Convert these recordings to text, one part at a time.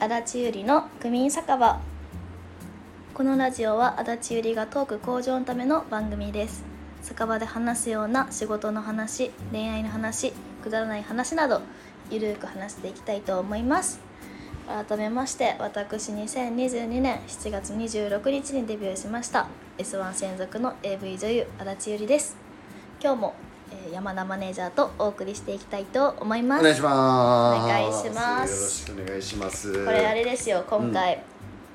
足立ゆりの区民酒場このラジオは足立ゆりがトーク向上のための番組です酒場で話すような仕事の話恋愛の話くだらない話などゆるく話していきたいと思います改めまして私2022年7月26日にデビューしました S1 専属の AV 女優足立ゆりです今日も、えー山田マネージャーとお送りしていきたいと思いまおす願いしますお願いしますよろしくお願いしますこれあれですよ今回、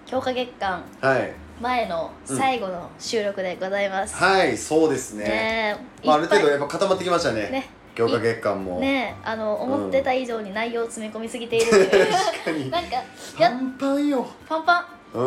強化月間はい前の最後の収録でございます、はいそうですねねえまあ、あいるっぱい程度やっぱ固まってきましたねね強化月間も、ねえあの思ってた以上に内容を詰め込みすぎているっていう確か になんかパやンパンよパンパンう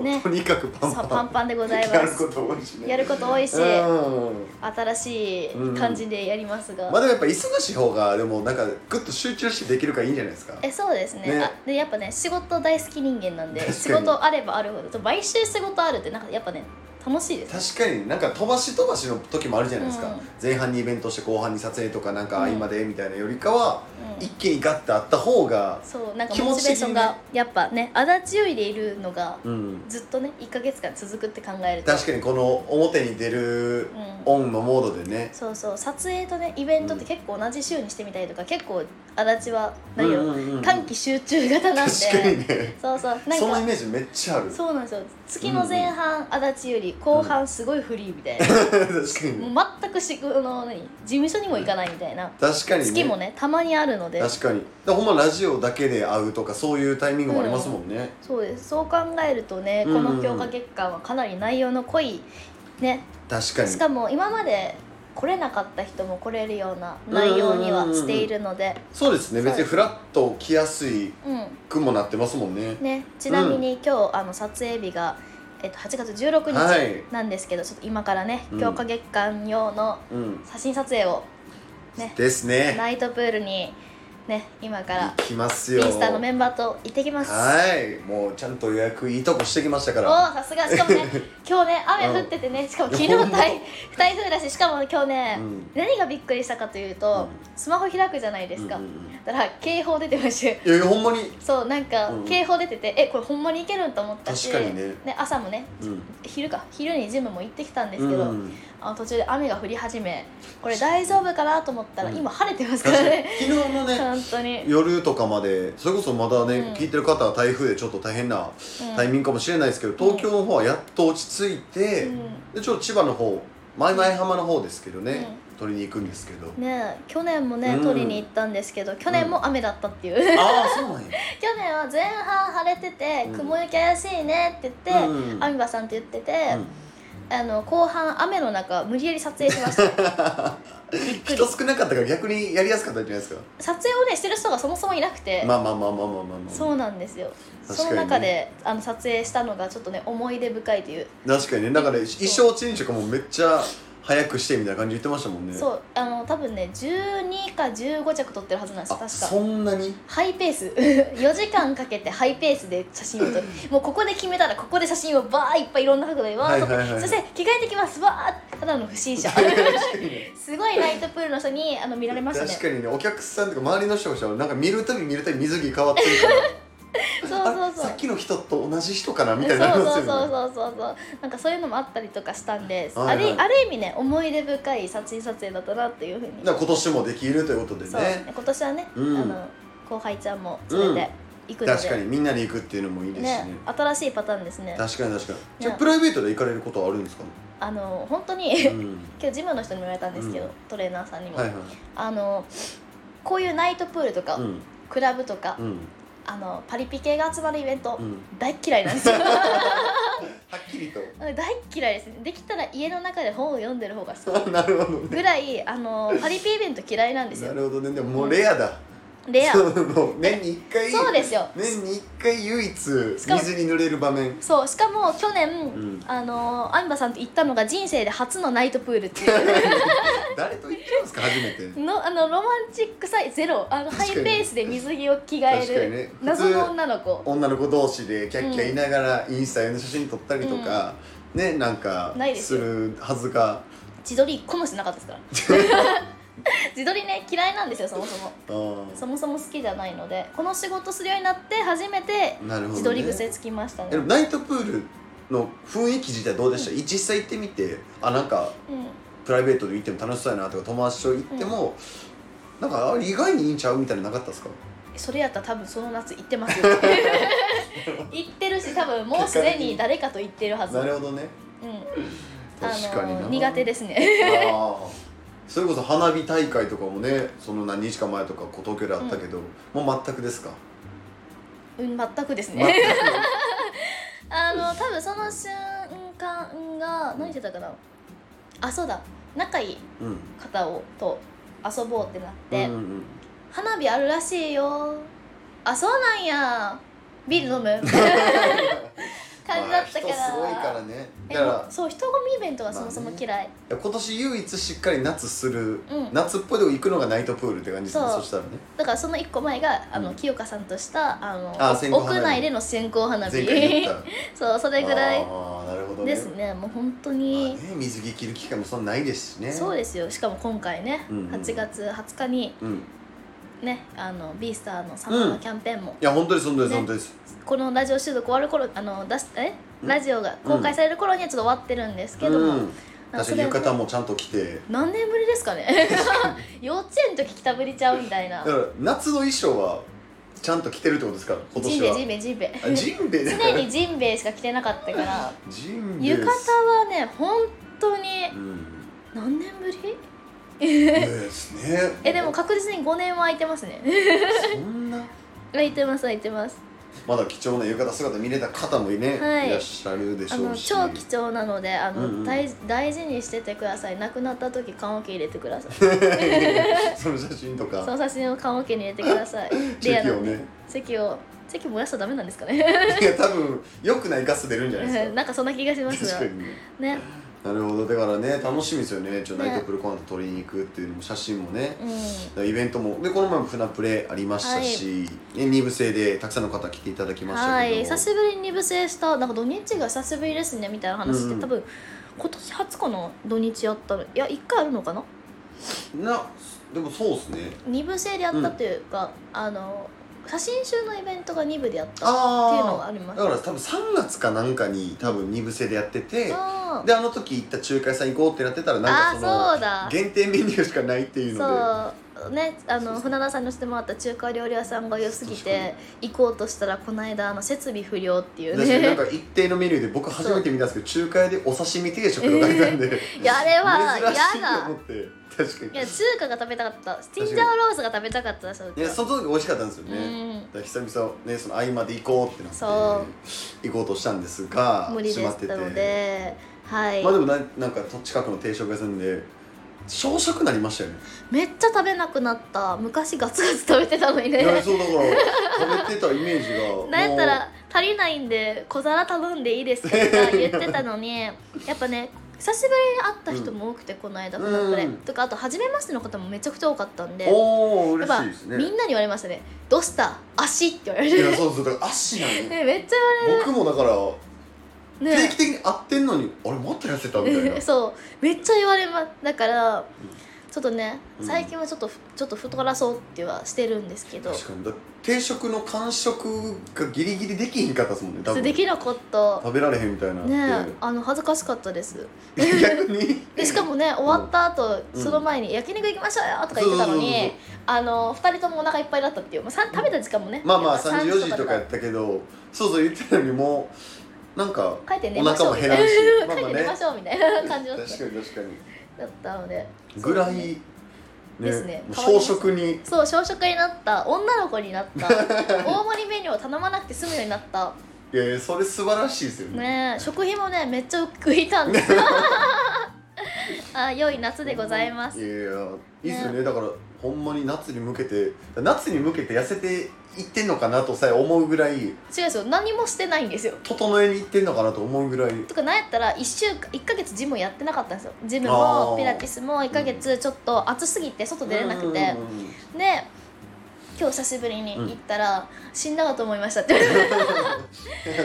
ん、ねとにかくパンそパうンパンパンでございやまるすこと多いしねやること多いしうん新しい感じでやりますが、まあでもやっぱ忙しい方がでもなんかグッと集中してできるからいいんじゃないですかえそうですねねあでやっぱね仕事大好き人間なんで確かに仕事あればあるほど毎週仕事あるってなんかやっぱね楽しいです確かになんか飛ばし飛ばしの時もあるじゃないですか、うん前半にイベントして後半に撮影とかなんかうん合間でみたいなよりかは、うん一気にガッてあった方がそうなんか気モ持チちベー的にねションがやっぱね足立よりでいるのがうんずっとね1ヶ月間続くって考えると確かにこの表に出うるんオンのモードでね、そうそう撮影とねイベントって結構同じ週にしてみたりとか、結構足立は何よ、うんうんうんうん短期集中型なんで確かにねそうそうなんそのイかメージめっちゃあるそうなんですよ月の前半、足立より後半すごいフリーみたいな、 確かにもう全くしあの何事務所にも行かないみたいな、確かにね月もねたまにあるので確かにだほんまラジオだけで会うとかそういうタイミングもありますもんね、そうですそう考えるとねこうんのうん強化月間はかなり内容の濃いね確かにしかも今まで来れなかった人も来れるような内容にはしているのでそうですねそう別にフラッと来やすいうんくもなってますもんねね、ちなみに今日あの撮影日が、えっと、8月16い日なんですけど、ちょっと今からねうん強化月間用のうん写真撮影を、ねですねナイトプールに、ね、今から行きますインよスタのメンバーと行ってきます。はいもうちゃんと予約いいとこしてきましたかおらーさすがしかも ね今日ね雨降っててねしかも昨日いやほんま台台風だししかも今日ね、うん何がびっくりしたかというと、うスマホ開くじゃないですか、うんうんうんだから警報出てましたよいやいやほんまにそうなんかうん警報出てて、えこれほんまにいけるんと思ったし確かにね朝もねうん昼か昼にジムも行ってきたんですけど、うんあの途中で雨が降り始めこれ大丈夫かなと思ったら、うん今晴れてますか確らかにね昨日のね本当に、夜とかまでそれこそまだね、うん聞いてる方は台風でちょっと大変なうんタイミングかもしれないですけど、東京の方はやっと落ち着いて、うんでちょっと千葉の方前々浜の方ですけどね、う取りに行くんです けど、ねえ去年もね、うん取りに行ったんですけど去年も雨だったっていう 去ああそうなんや年は前半晴れててうん雲行き怪しいねって言って、うんうんアミバさんって言ってて、うんあの後半雨の中無理やり撮影しました 人少なかったから逆にやりやすかったんじゃないですか撮影をねしてる人がそもそもいなくて、まあまあまあまあまあまあまあそうなんですよ、確そかにねの中であの撮影したのがちょっとね思い出深いという確かにねだから衣装チェンジとかもめっちゃ早くしてみたいな感じ言ってましたもんねそうあの多分ね12か15着撮ってるはずなんですあ確そかんなにハイペース 4時間かけてハイペースで写真を撮るもうここで決めたらここで写真をバーいっぱいいろんな角度でわーっと撮って、はいはいはいはいそして着替えてきますわーただの不審者すごいナイトプールの人にあの見られましたね確かにねお客さんとか周りの人がしたらなんか見るたび見るたび水着変わってるからそう そうそうあさっきの人と同じ人かなみそうたいになりますそよねうそうそうそうそうなんかそういうのもあったりとかしたんで、はいはいあるある意味ね思い出深い写真撮影だったなっていうふうにだから今年もできるということでそうね今年はね、うんあの後輩ちゃんも連れて行くので、確かにみんなに行くっていうのもいいですしねね新しいパターンですね確かに確かにじゃあねプライベートで行かれることはあるんですか、あの本当にう 今ん、日ジムの人にも言われたんですけど、うんトレーナーさんにも、はいはいあのこういうナイトプールとか、うんクラブとか、うんあのパリピ系が集まるイベント、うん大っ嫌いなん ですよはっきりと大っ嫌いですねできたら家の中で本を読んでる方が好 なるほどきねぐらいあのパリピイベント嫌いなんですなよるほどねでももうレアだ、レアその年に一回そうですよ年に一回唯一しかも水に濡れる場面そうしかも去年、んあのアンバさんと行ったのが人生で初のナイトプールっていう誰と行ったんですか初めてのあのロマンチックさえゼロあのハ確イかペにースで水着を着替確かえにる、ね謎の女の子女の子同士でキャッキャ言いながらインスタ用の写真撮ったりとか、ねなんかないですすよるはずが 自撮り一個もしてなかったですから自自撮りね嫌いなんですよそもそもあそもそも好きじゃないのでこの仕事するようになって初めてあなるほど、ね、自撮り癖つきましたねえでもナイトプールの雰囲気自体どうでした、い実際行ってみてあなんかうんプライベートで行っても楽しそうやなとか友達と行っても、なんかあれ意外にいいんちゃうみたいなのなかったですかそれやったら多分その夏行ってますよ 行ってるし多分もうすでに誰かと行ってるはずなるほどねうんあ確かにな、の苦手でですねそれこそ花火大会とかもねその何日か前とかこう東京であったけど、もう全くですかうん全くです全くね あの多分その瞬間が何してたかなあそうだ仲いいうん方をと遊ぼうってなって、うんうん花火あるらしいよあそうなんやビール飲 む感じだったから,、まあ人すごいからねえだかもらうそう人混みイベントがそもそも嫌い、今年唯一しっかり夏する、うん夏っぽいとこ行くのがナイトプールって感じですねそうそしたらねだからその1個前があの、うん清香さんとしたあのあ線香花火屋内での線香花前回言っ火た そうそれぐらいああなるほどねですねもう本当まあにね、水着着る機会もそんなないですしねそうすですよしかも今回ね、うんうん8月20日にうんいねあのビースターのサマーのキャンペーンも、や本当です本当です、ね本当ですこのラジオ収録終わる頃あの出しえうんラジオが公開される頃にはちょっと終わってるんですけども、うなん、んか確そかにれ浴衣もちゃんと着て何年ぶりですかね 幼稚園の時着たぶりちゃうみたいなだから夏の衣装はちゃんと着てるってことですから今ジン年はベエジンベエジンベエあジンベエ常にジンベエしか着てなかったからジンベエ浴衣はね本当にうん何年ぶりですねえでも確実に5年は空いてますね そんな空いてます空いてますまだ貴重な浴衣姿見れた方もね、はいい、らっしゃるでしあょのうし超貴重なのであの、うんうん大大事にしててくださいなくなった時棺桶入れてください その写真とそかの写真を棺桶に入れてくださいチェキなをんでね席を席燃やしたらダメなんですかねいや多分良くないガス出るんじゃないですなんかそんな気がしまかす確かにねねなるほどだからね楽しみですよねちょねナイトプルコント撮りに行くっていうのも写真もね、うんだからイベントもでこの前も船プレありましたし、ね二部制でたくさんの方来ていただきましたはけどいも久しぶりに二部制したなんか土日が久しぶりですねみたいな話って、うんうん多分今年初かな土日やったのいや1回あるのかななでもそうですね二部制でやったというか、あの写真集のイベントが二部でやったっていうのがあありましあだたから多分3月かなんかに多分二部制でやっててあーであの時行った仲介さん行こうってなってたらなあんかそーのそうだ限定メニューしかないっていうのでそうねあそうのそう船田さんにしてもらった中華料理屋さんが良すぎて行こうとしたらこの間あの設備不良っていう私なんねか一定のメニューで僕初めて見たんですけど中華屋でお刺身定食とか書いてあるんで いやあれは珍しいやだと思って確いかやに中華が食べたかったチンジャオロースが食べたかったそういやその時美味しかったんですようね、んだから久々ねその合間で行こうってなってそ行こうとしたんですが無理で閉まってしてたのではい、まあでもななんか近くの定食屋さんで小食になりまし たよねめっちゃ食べなくなった昔ガツガツ食べてたのにいやねそうだから食べてたイメージがもうなんやったら足りないんで小皿頼んでいいですかとか言ってたの にやっぱね久しぶりに会った人も多くて、この間フラプレうんとかあと初めましての方もめちゃくちゃ多かったんでやおおっ嬉ぱしいですねみんなに言われましたね「どうした足」って言われいやるそうそうだから足なのよ ねめっちゃ僕もだから言われ定る期的に会ってんのにあれまた痩せたみたいなね そうめっちゃ言われますだからちょっとねうん最近はちょっとちょっと太らそうってはしてるんですけど確かにだ定食の完食がギリギリできひんかったですもんね多分できなかった食べられへんみたいなってねあの恥ずかしかったです 逆にでしかもね終わった後、うんその前に「焼肉行きましょうよ」とか言ってたのそうそうそうにそうあの2人ともお腹いっぱいだったっていう、まあ、さん食べた時間もねまあまあやっぱ3時4時とかやったけどそうそう言ってたのにもうなんか帰って寝おましょ腹うもみ減たらんしいまな 帰って寝あまあまねしょうみたいな感じだっ確かに確かただったのでにぐらいねですねもう小食にそう小食になった女の子になった 大盛りメニューを頼まなくて済むようになったいやいやそれ素晴らしいですよねねえ食費もねめっちゃ食いたんです よあ良い夏でございますいやいやいいっすよねだからほんまに夏に向けて夏に向けて痩せていってんのかなとさえ思うぐらい違うんですよ何もしてないんですよ整えにいってんのかなと思うぐらいとかなんやったら1週間1ヶ月ジムやってなかったんですよジムあもーピラティスも1ヶ月ちょっと暑すぎて外出れなくて、うんうんうんうんで今日久しぶりに行ったら、死んだかと思いましたって言われて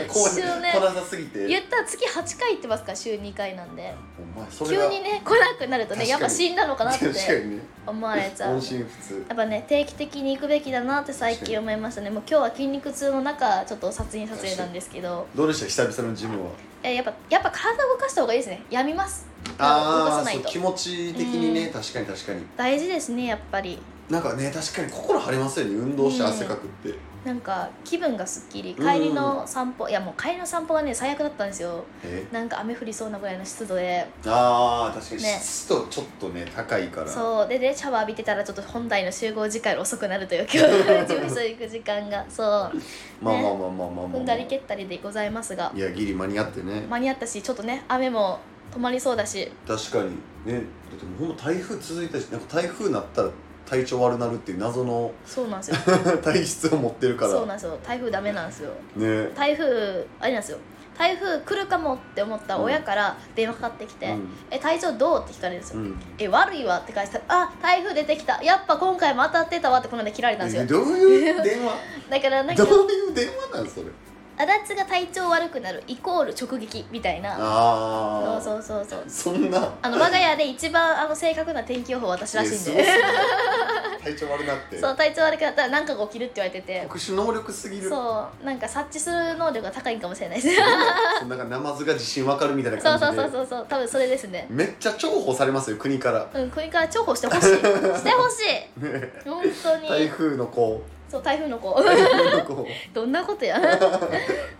こう一緒ね来なさすぎて言ったら月8回行ってますから週2回なんでお前そ急れはにね来なくなると確かねにやっぱ死んだのかなっ確かてにね思われちゃう音信不通やっぱね定期的に行くべきだなって最近思いましたねもう今日は筋肉痛の中ちょっと撮影撮影なんですけどどうでした久々のジムはえやっぱやっぱ体動かした方がいいですねやみます動かあさあないそうと気持ち的にうねん確かに確かに大事ですねやっぱりなんかね確かに心晴れますよね運動して汗かくって、なんか気分がすっきり帰りの散歩いやもう帰りの散歩がね最悪だったんですよえなんか雨降りそうなぐらいの湿度であー確かにね湿度ちょっとね高いからそうででシャワー浴びてたらちょっと本来の集合時間より遅くなる という今日事務所行く時間がそうまあまあまあまあまあまあ、まあ踏んだり蹴ったりでございますがいやギリ間に合ってね間に合ったしちょっとね雨も止まりそうだし確かにねだってもうほんま台風続いたしなんか台風なったら体調悪なるっていう謎 のそうなんですよ体質を持ってるからそうなんですよ台風ダメなんですよね台風あれなんですよ台風来るかもって思った親から電話かかってきて「え体調どう?」って聞かれるんですうよ「ん、うんえ悪いわ」って返したら「あ台風出てきたやっぱ今回も当たってたわ」ってこの間切られたんですえよどういう電話だからなんかどういう電話なんそれ足立が体調悪くなるイコール直撃みたいなそあうあそうそうそうそんなあの我が家で一番あの正確な天気予報は私らしいんいですやごすぎる体調悪なってそう体調悪くなったら何かが起きるって言われてて特殊能力すぎるそうなんか察知する能力が高いかもしれない ですそんななんかナマズが自信わかるみたいなそ感うじでそうそうそうそう多分それですねめっちゃ重宝されますよ国からうん国から重宝して ほしいしてほしい本当台に風の子そう台風の子台風の子 どんなこと や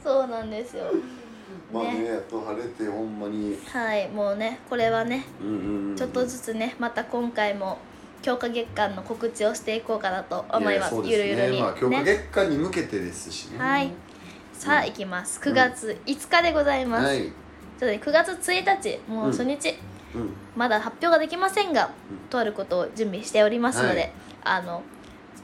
そうなんですよまあねやっと晴れてほんまにはいもうねこれはねうんうんうんちょっとずつねまた今回も強化月間の告知をしていこうかなと思いますやそうゆるゆでするねに、まあ強化ね月間に向けてですしねはいさあうん行きますうん9月5日でございます、はいちょっとね9月1日もう初日、うんまだ発表ができませんが、うんとあることを準備しておりますので、はいあの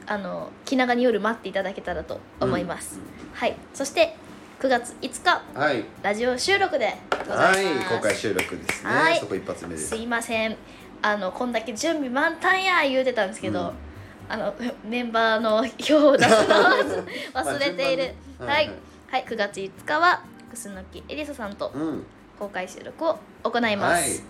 あの気長に夜待っていただけたらと思います、はいそして9月5日うんはいラジオ収録でござはいいます、公開収録ですねはいそこ一発目ですすいませんあのこんだけ準備満タンや言うてたんですけど、うんあのメンバーの表を出すの を忘れている、はまあ順番にはいい、はい9月5日は楠木エリサさんとうん公開収録を行いまはいす、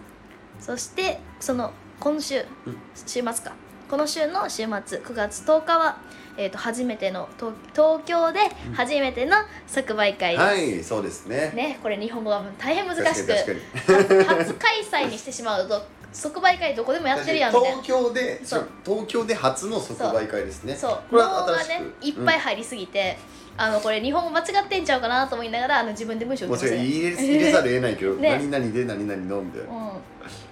そしてその今週、うん週末かこの週の週末9月10日は、えー、と初めての東東京で初めての即売会です、はいそうですねねこれ日本語は大変難確かしにく確かに初開催にしてしまうと即売会どこでもやってるやんみたいな東京でそう東京で初の即売会ですねそうこ脳れはが新しねくいっぱい入りすぎて、あのこれ日本語間違ってんちゃうかなと思いながらあの自分で文章打もっちてろんまし入れ入れざるを得ないけど、 ね何々で何々のみたいな、たまね、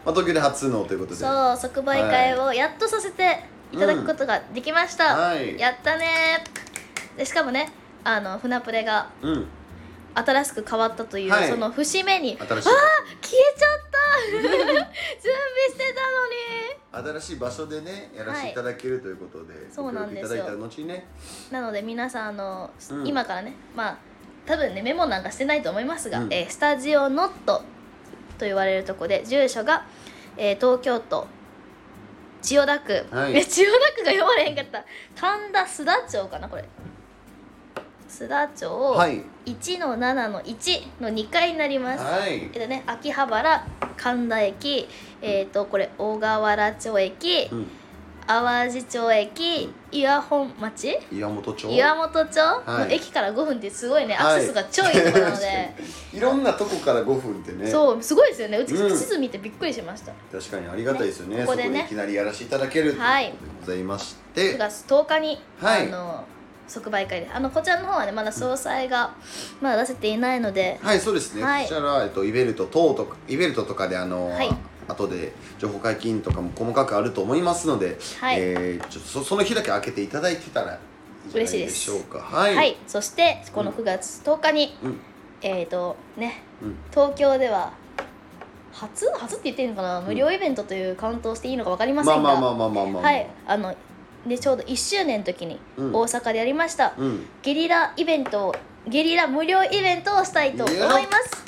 あ、東京で初のというこうとん、でそう即売会をやっとさせていただくことができました、はいやったねでしかもねあの船プレがうん新しく変わったという、はいその節目に新し消えちゃった 準備してたのにい新しい場所でねやらせていただけるということで、そうなんですよご協力いただいた後にねなので皆さんあの、うん今からねまあ多分ねメモなんかしてないと思いますが、うんえースタジオノットと言われるとこで住所が、えー東京都千代田区、はいえ千代田区が読まれへんかった神田須田町かなこれ須田町、はい1の7の1の2階になります、はいえっとね秋葉原神田駅えっ、とこれ小河原町駅、うん淡路町駅岩本町、岩本町岩本町のはい駅から5分ってすごいね、はいアクセスが超いいところなの 確で、かにいろんなとこから5分ってねそうすごいですよねうちうん地図見てびっくりしました、確かにありがたいですよねねこそここででねいきなりやらせていただけるというはいことでございまし9て、月10日に、はいあの即売会であのこちらの方はねまだ詳細がまだ出せていないので、はいそうですね、はいこちらは、えっと、イベルト等とかイベルトとかであの、はい後で情報解禁とかも細かくあると思いますので、はいえーちょっとそその日だけ開けていただいてたらいいんじゃな嬉しいですしょうかは、はいい、そしてこの9月10日に、うんえっ、とねうん東京では初初って言っていいのかな無料イベントというカウントをしていいのか分かりませまあんが、まあまあまあまあまあ、はいあのでちょうど1周年の時にうん大阪でやりました、うん、ゲリライベントをゲリラ無料イベントをしたいと思います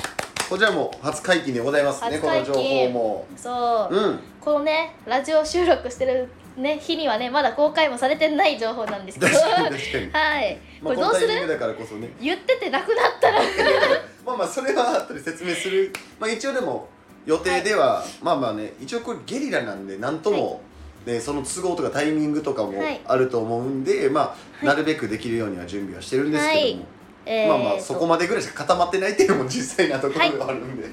こちらも初解禁でございますね初こ解の禁情報もそう、うんこのねラジオ収録してるね日にはねまだ公開もされてない情報なんですけど確かに確かに、はい こまれあ、こどのうタすイミングるだからこそね言っててなくなったらまあまあそれは後で説明するまあ一応でも予定では、まあまあね一応これゲリラなんで何とも、ね、その都合とかタイミングとかもはいあると思うんで、まはあいなるべくできるようには準備はしてるんですけども、えーまあまあそこまでぐらいしか固まってないっていうのも実際なところがあるんで、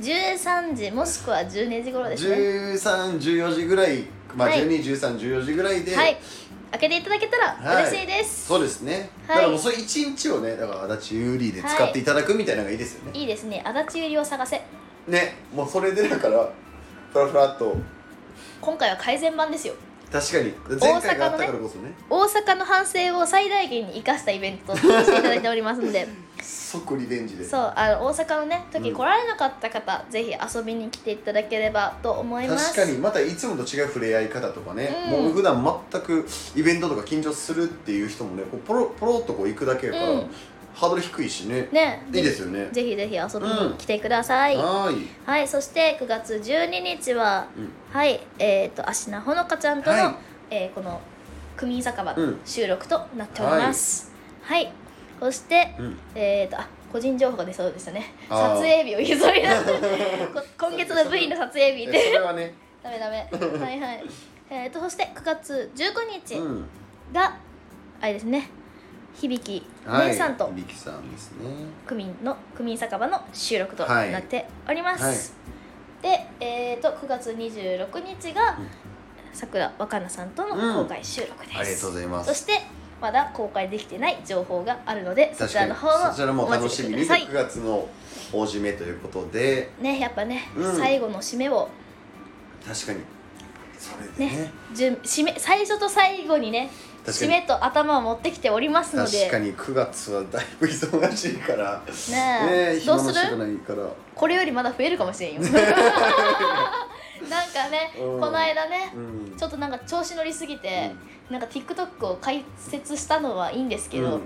13時もしくは12時頃ですね1314時ぐらいまあはい121314時ぐらいで、はい開けていただけたら嬉しいです、そうですね、はいだからもうそれ一日をねだから足立有利で使っていただくみたいなのがいいですよね、いいですね足立ゆりを探せねもうそれでだからふらふらっと今回は改善版ですよ確かに前回があったからこそね大阪の反省を最大限に生かしたイベントとしていただいておりますので即リベンジでそうあの大阪のね時うん来られなかった方、ぜひ遊びに来ていただければと思います確かにまたいつもと違う触れ合い方とかね、うんもう普段全くイベントとか緊張するっていう人もねこうポロポロっとこう行くだけやから、うんハードル低いしねねいいですよねぜひぜひ遊びに来てください、はーいはいそして9月12日はうんはいえっ、と芦名ほのかちゃんとの、はいえーこの「組酒場」うん収録となっております、はい、そしてうんえっ、とあ個人情報が出そうでしたねあー撮影日を譲り出 すこ今月の V の撮影日えそでれはね、ダメダメはいはいえー、とそして9月う19日ん、が、あれですね響はい姉さんとリキさんですね区民の区民酒場の収録となっております、でえっ、と9月26日がうんさくら若菜さんとの公開収録です、ありがとうございまそすしてまだ公開できてない情報があるのでそ確ちからにの方もそちらもお楽待ちししてみくにださい9月の大締めということでねやっぱね、うん最後の締めを確かにそれでね準締め最初と最後にね確か締にめと頭を持ってきておりますので確かに9月はだいぶ忙しいからねえどねえ暇うもすしたくるないからこれよりまだ増えるかもしれん よなんかね、うんこの間ねうんちょっとなんか調子乗りすぎて、なんか TikTok を開設したのはいいんですけど、うん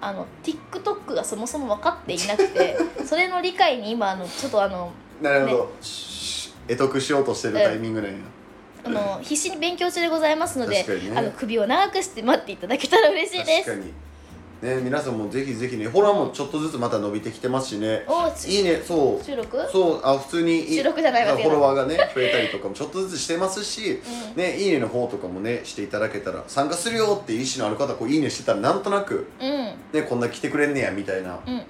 あの TikTok がそもそも分かっていなく てそれの理解に今あのちょっとあのなるほど得得しようとしてるタイミングなんやあの必死に勉強中でございますので、確かにねあの首を長くして待っていただけたら嬉しいで確かす。にね皆さんもぜひぜひねホラーもちょっとずつまた伸びてきてますしねおーついいねそう収録そうあ普通にいい収録じゃないわけだフォロワーがね増えたりとかもちょっとずつしてますし、うねいいねの方とかもねしていただけたら参加するよっていう意思のある方こういいねしてたらなんとなくうんうんねこんな来てくれんねやみたいな、うんうん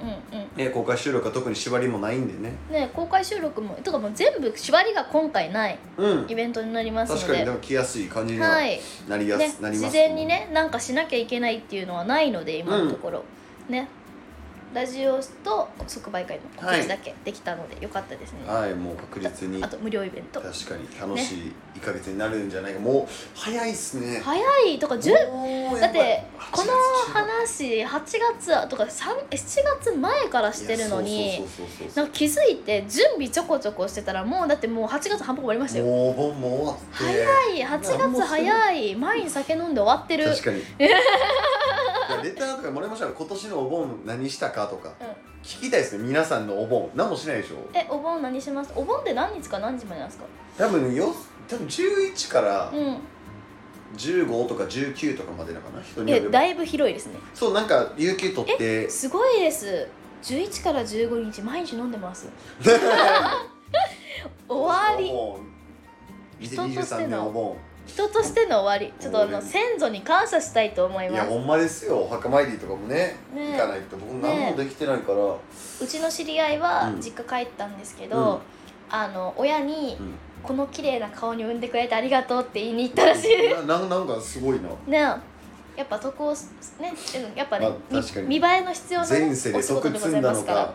ね公開収録は特に縛りもないんでねね公開収録もとかもう全部縛りが今回ないうんイベントになりますの確かにででも来やすい感じにははいなりやす、ね、なります事前にねなんかしなきゃいけないっていうのはないので今のところ、ねラジオと即売会の告知だけできたのでよかったですね、はいもう確実にあと確無料イベントかに楽しい1か月になるんじゃないか、もう早いっすね早いとか10もうだやっばいてこの8話月8月とか3 7月前からしてるのいやにそうそうそうそなうんか気づいて準備ちょこちょこしてたらもうだってもう8月半分終わりましたよもうお盆も終わって早い8なんも月してない早い前に酒飲んで終わってる確かにいやレターとかもらいましたら今年のお盆何したかとかうん聞きたいですね皆さんのお盆何もしないでしょえお盆何しますお盆って何日か何日までなんですか多分よ多分11からうん15とか19とかまでだかな人によえればだいぶ広いですねそうなんか有給取ってすごいです11から15日毎日飲んで ます終わりり人としての2023年お盆人としての終わりちょっとあの終わり先祖に感謝したいと思いいまやほんまですよお墓参りとかもねね行かないと僕何もできてないから、すうちの知り合いはうん実家帰ったんですけど、あの親にうん「この綺麗な顔に産んでくれてありがとう」って言いに行ったらしいなななんかすごいなねやっぱそこをねうんやっぱね、まあ確かにみ見栄えの必要な、ね、前世で即積お仕事でございんだまのすらか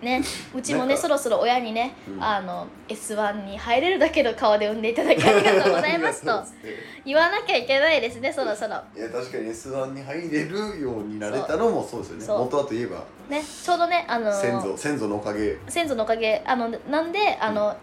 ね、うちもなねんかそろそろ親にね、うんあの S1 に入れるだけの顔で産んでいただきありがとうございますあとりが うご言わざいなきゃいけないですねそろそろますいや確かに S1 に入れるようになれたのもそうですよねそう元はといえばねちょうどねあの先祖先祖のおかげ先祖のおかげあのなんであの、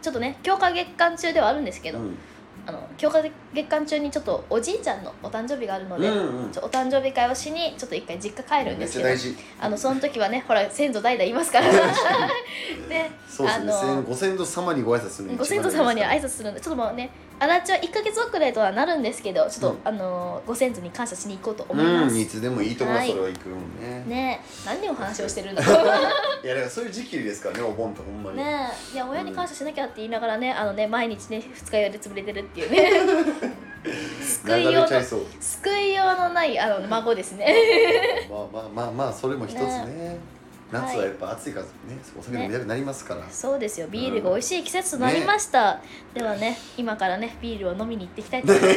ちょっとね強化月間中ではあるんですけうど、んあの強化月間中にちょっとおじいちゃんのお誕生日があるのうんで、うんちょお誕生日会をしにちょっと一回実家帰るんでめっすけちゃど大事あのその時はねほら先祖代々いますから ねそうですあね、の先ご先祖様にご挨拶するのがご一先番大事祖です様には挨拶するんでちょっともうねあらちは1か月遅れとはなるんですけどちょっと、うんあのご先祖に感謝しに行こうと思いまうす、んいつでもいいところはいそれは行くもんねねえ何を話をしてるんだろいやだから そういう時期ですからねお盆とほんまうに、ねえいや親に感謝しなきゃって言いながらねあのね毎日ね二日酔いで潰れてるっていうね 流救いよれうちゃいのそう救いようのないあの孫ですね まあまあまあまあそれも一つね夏はやっぱ暑いからねお酒飲みたくなりますから、そうですよビールが美味しい季節となりました、ではね今からねビールを飲みに行ってきたいと思 いま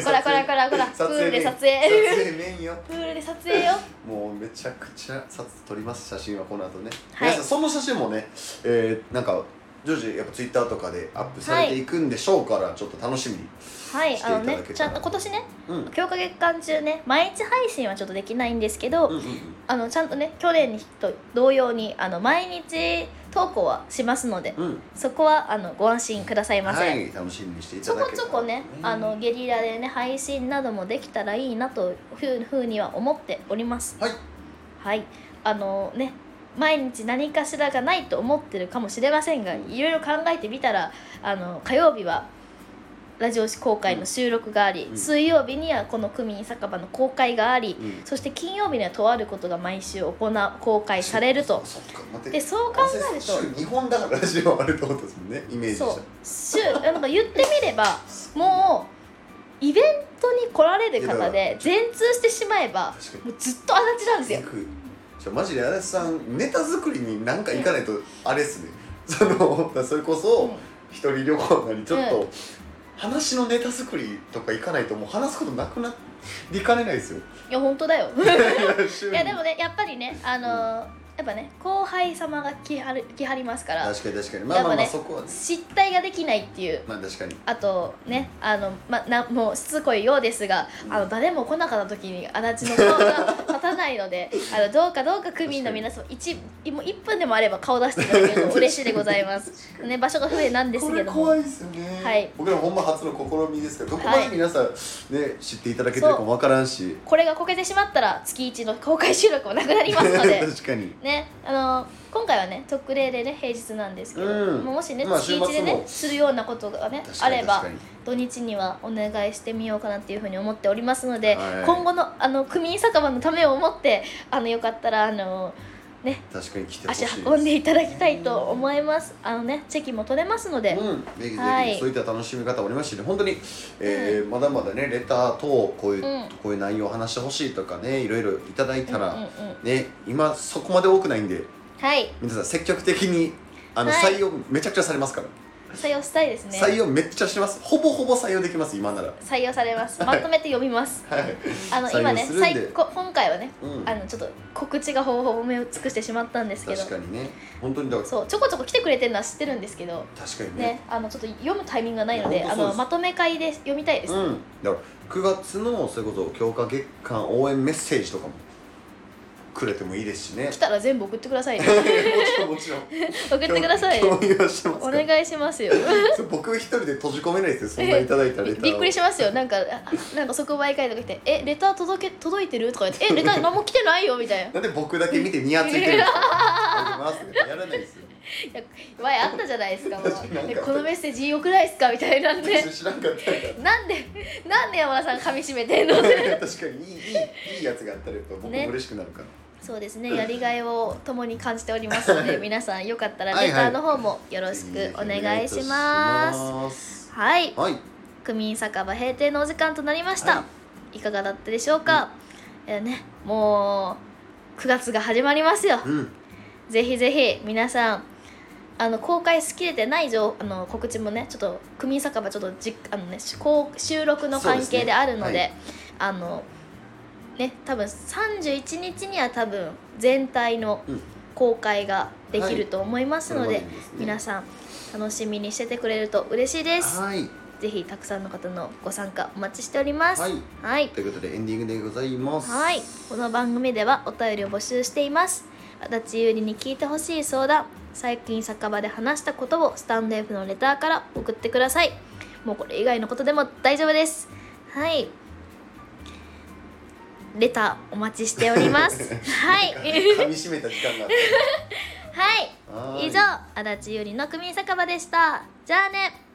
すこらこらこらこらプ撮ールで影面撮影撮影面よプールで撮影よもうめちゃくちゃ撮撮ります写真はこの後ね、はい皆さんその写真もね、えーなんか徐々にやっぱツイッターとかでアップされていくんでしょうから、ちょっと楽しみにはいあのしていただねけたらちゃんと今年ねうん強化月間中ね毎日配信はちょっとできないんですけど、うんうんあのちゃんとね去年にと同様にあの毎日投稿はしますのでうんうんそこはあのご安心くださいませ、はい楽しみにしていちたょだこけちょこね、あのゲリラでね配信などもできたらいいなというふうには思っておりますはいはいあのね毎日何かしらがないと思ってるかもしれませんがいろいろ考えてみたらあの火曜日はラジオ公開の収録があり、うん水曜日にはこの区民酒場の公開があり、うんそして金曜日にはとあることが毎週行な公開されるとそっか待ってでそう考えると週2本だからラジオあるってことですもんねイメージしたそう週なんか言ってみればもうイベントに来られる方で全通してしまえば確かにもうずっと足立なんですよ行くちょマジで足立さんネタ作りになんか行かないとあれっすね、そのそれこそ一人旅行なりちょっと、う話のネタ作りとか行かないともう話すことなくなりかねないですよいや本当 だよいや週いにやでもねやっぱりねあのーやっぱね後輩様が来はる来はりますから確かに確かにまあまあやまあっぱそこはね失態ができないっていうまあ確かにあとねあの、ま、なもうしつこいようですが、うんあの誰も来なかった時に足立の顔が立たないのであのどうかどうか区民の皆様一もう1分でもあれば顔出していただけると嬉しいでございます、ね、場所が不便なんですこけれども怖いですよね、はい僕らほんま初の試みですからどこまで皆さん、ね、知っていただけてるかもわからんしこれがこけてしまったら月1の公開収録もなくなりますの で確かにねあの今回はね特例でね平日なんですけど、うんもしねまあ月1で週末ねもするようなことがね確あかにれば確かに土日にはお願いしてみようかなっていうふうに思っておりますので、はい今後のあの区民酒場のためを思ってあのよかったらあの確かに来てほしい足運んでいただきたいと思いますあのねチェキも取れますので、うん、ぜひぜひ、はいそういった楽しみ方もありますしね本当に、えーまだまだねレター等こういう、うんこういう内容を話してほしいとかねいろいろいただいたら、うんうんうんね今そこまで多くないんではい皆さん積極的にあの、はい採用めちゃくちゃされますから、採用したいですね採用めっちゃしてますほぼほぼ採用できます今なら採用されますまとめて読みますはい、あの採用今ねするんで最高今回はねうんあのちょっと告知がほぼほぼ目を尽くしてしまったんですけど確かにね本当にだからそうちょこちょこ来てくれてるのは知ってるんですけど確かにねねあのちょっと読むタイミングがないのいでやあ本当そうでのすまとめ会で読みたいです、うんだから9月のそれこそ強化月間応援メッセージとかもくれてもいいですしね 来たら全部送ってくださいねも ちろんもちろん送ってくださいね共有はしてますおから願いしますよそう 僕一人で閉じ込めないですよそんないただいたレターをびっくりしますよなんかあなんか即売会とか来て「えレター届け届いてる?」とか言って「えレター何も来てないよ」みたいななんで僕だけ見てニヤついてるんですか ありますねやらないですよ「前あったじゃないですかもう確かになんかえこのメッセージ良くないですか?」みたいなんで知らんかったかなんでなんで山田さん噛み締めてんのら 確かにいいいいいいやつがあったらやっぱ僕もね嬉しくなるから、 そうですねやりがいを共に感じておりますので皆さんよかったらレターの方もよろしくお願いします。ますはい、はい区民酒場閉店のお時間となりましはた。いかがだったでしょうか。えーね、もう9月が始まりますよ。うんぜひぜひ皆さんあの公開しきれてない情あの告知もねちょっと区民酒場ちょっとじあの、ね、しこう収録の関係であるのでそうですあのね多分31日には多分全体のうん公開ができると思いますので、これまにすね皆さん楽しみにしててくれると嬉しいですはいぜひたくさんの方のご参加お待ちしておりますはいはいということでエンディングでございますはい、この番組ではお便りを募集しています足立ゆりに聞いてほしい相談最近酒場で話したことをスタンド F のレターから送ってくださいもうこれ以外のことでも大丈夫ですはいレターお待ちしております はい噛み締めた時間があっはいたはーい以上足立ゆりの組酒場でしたじゃあね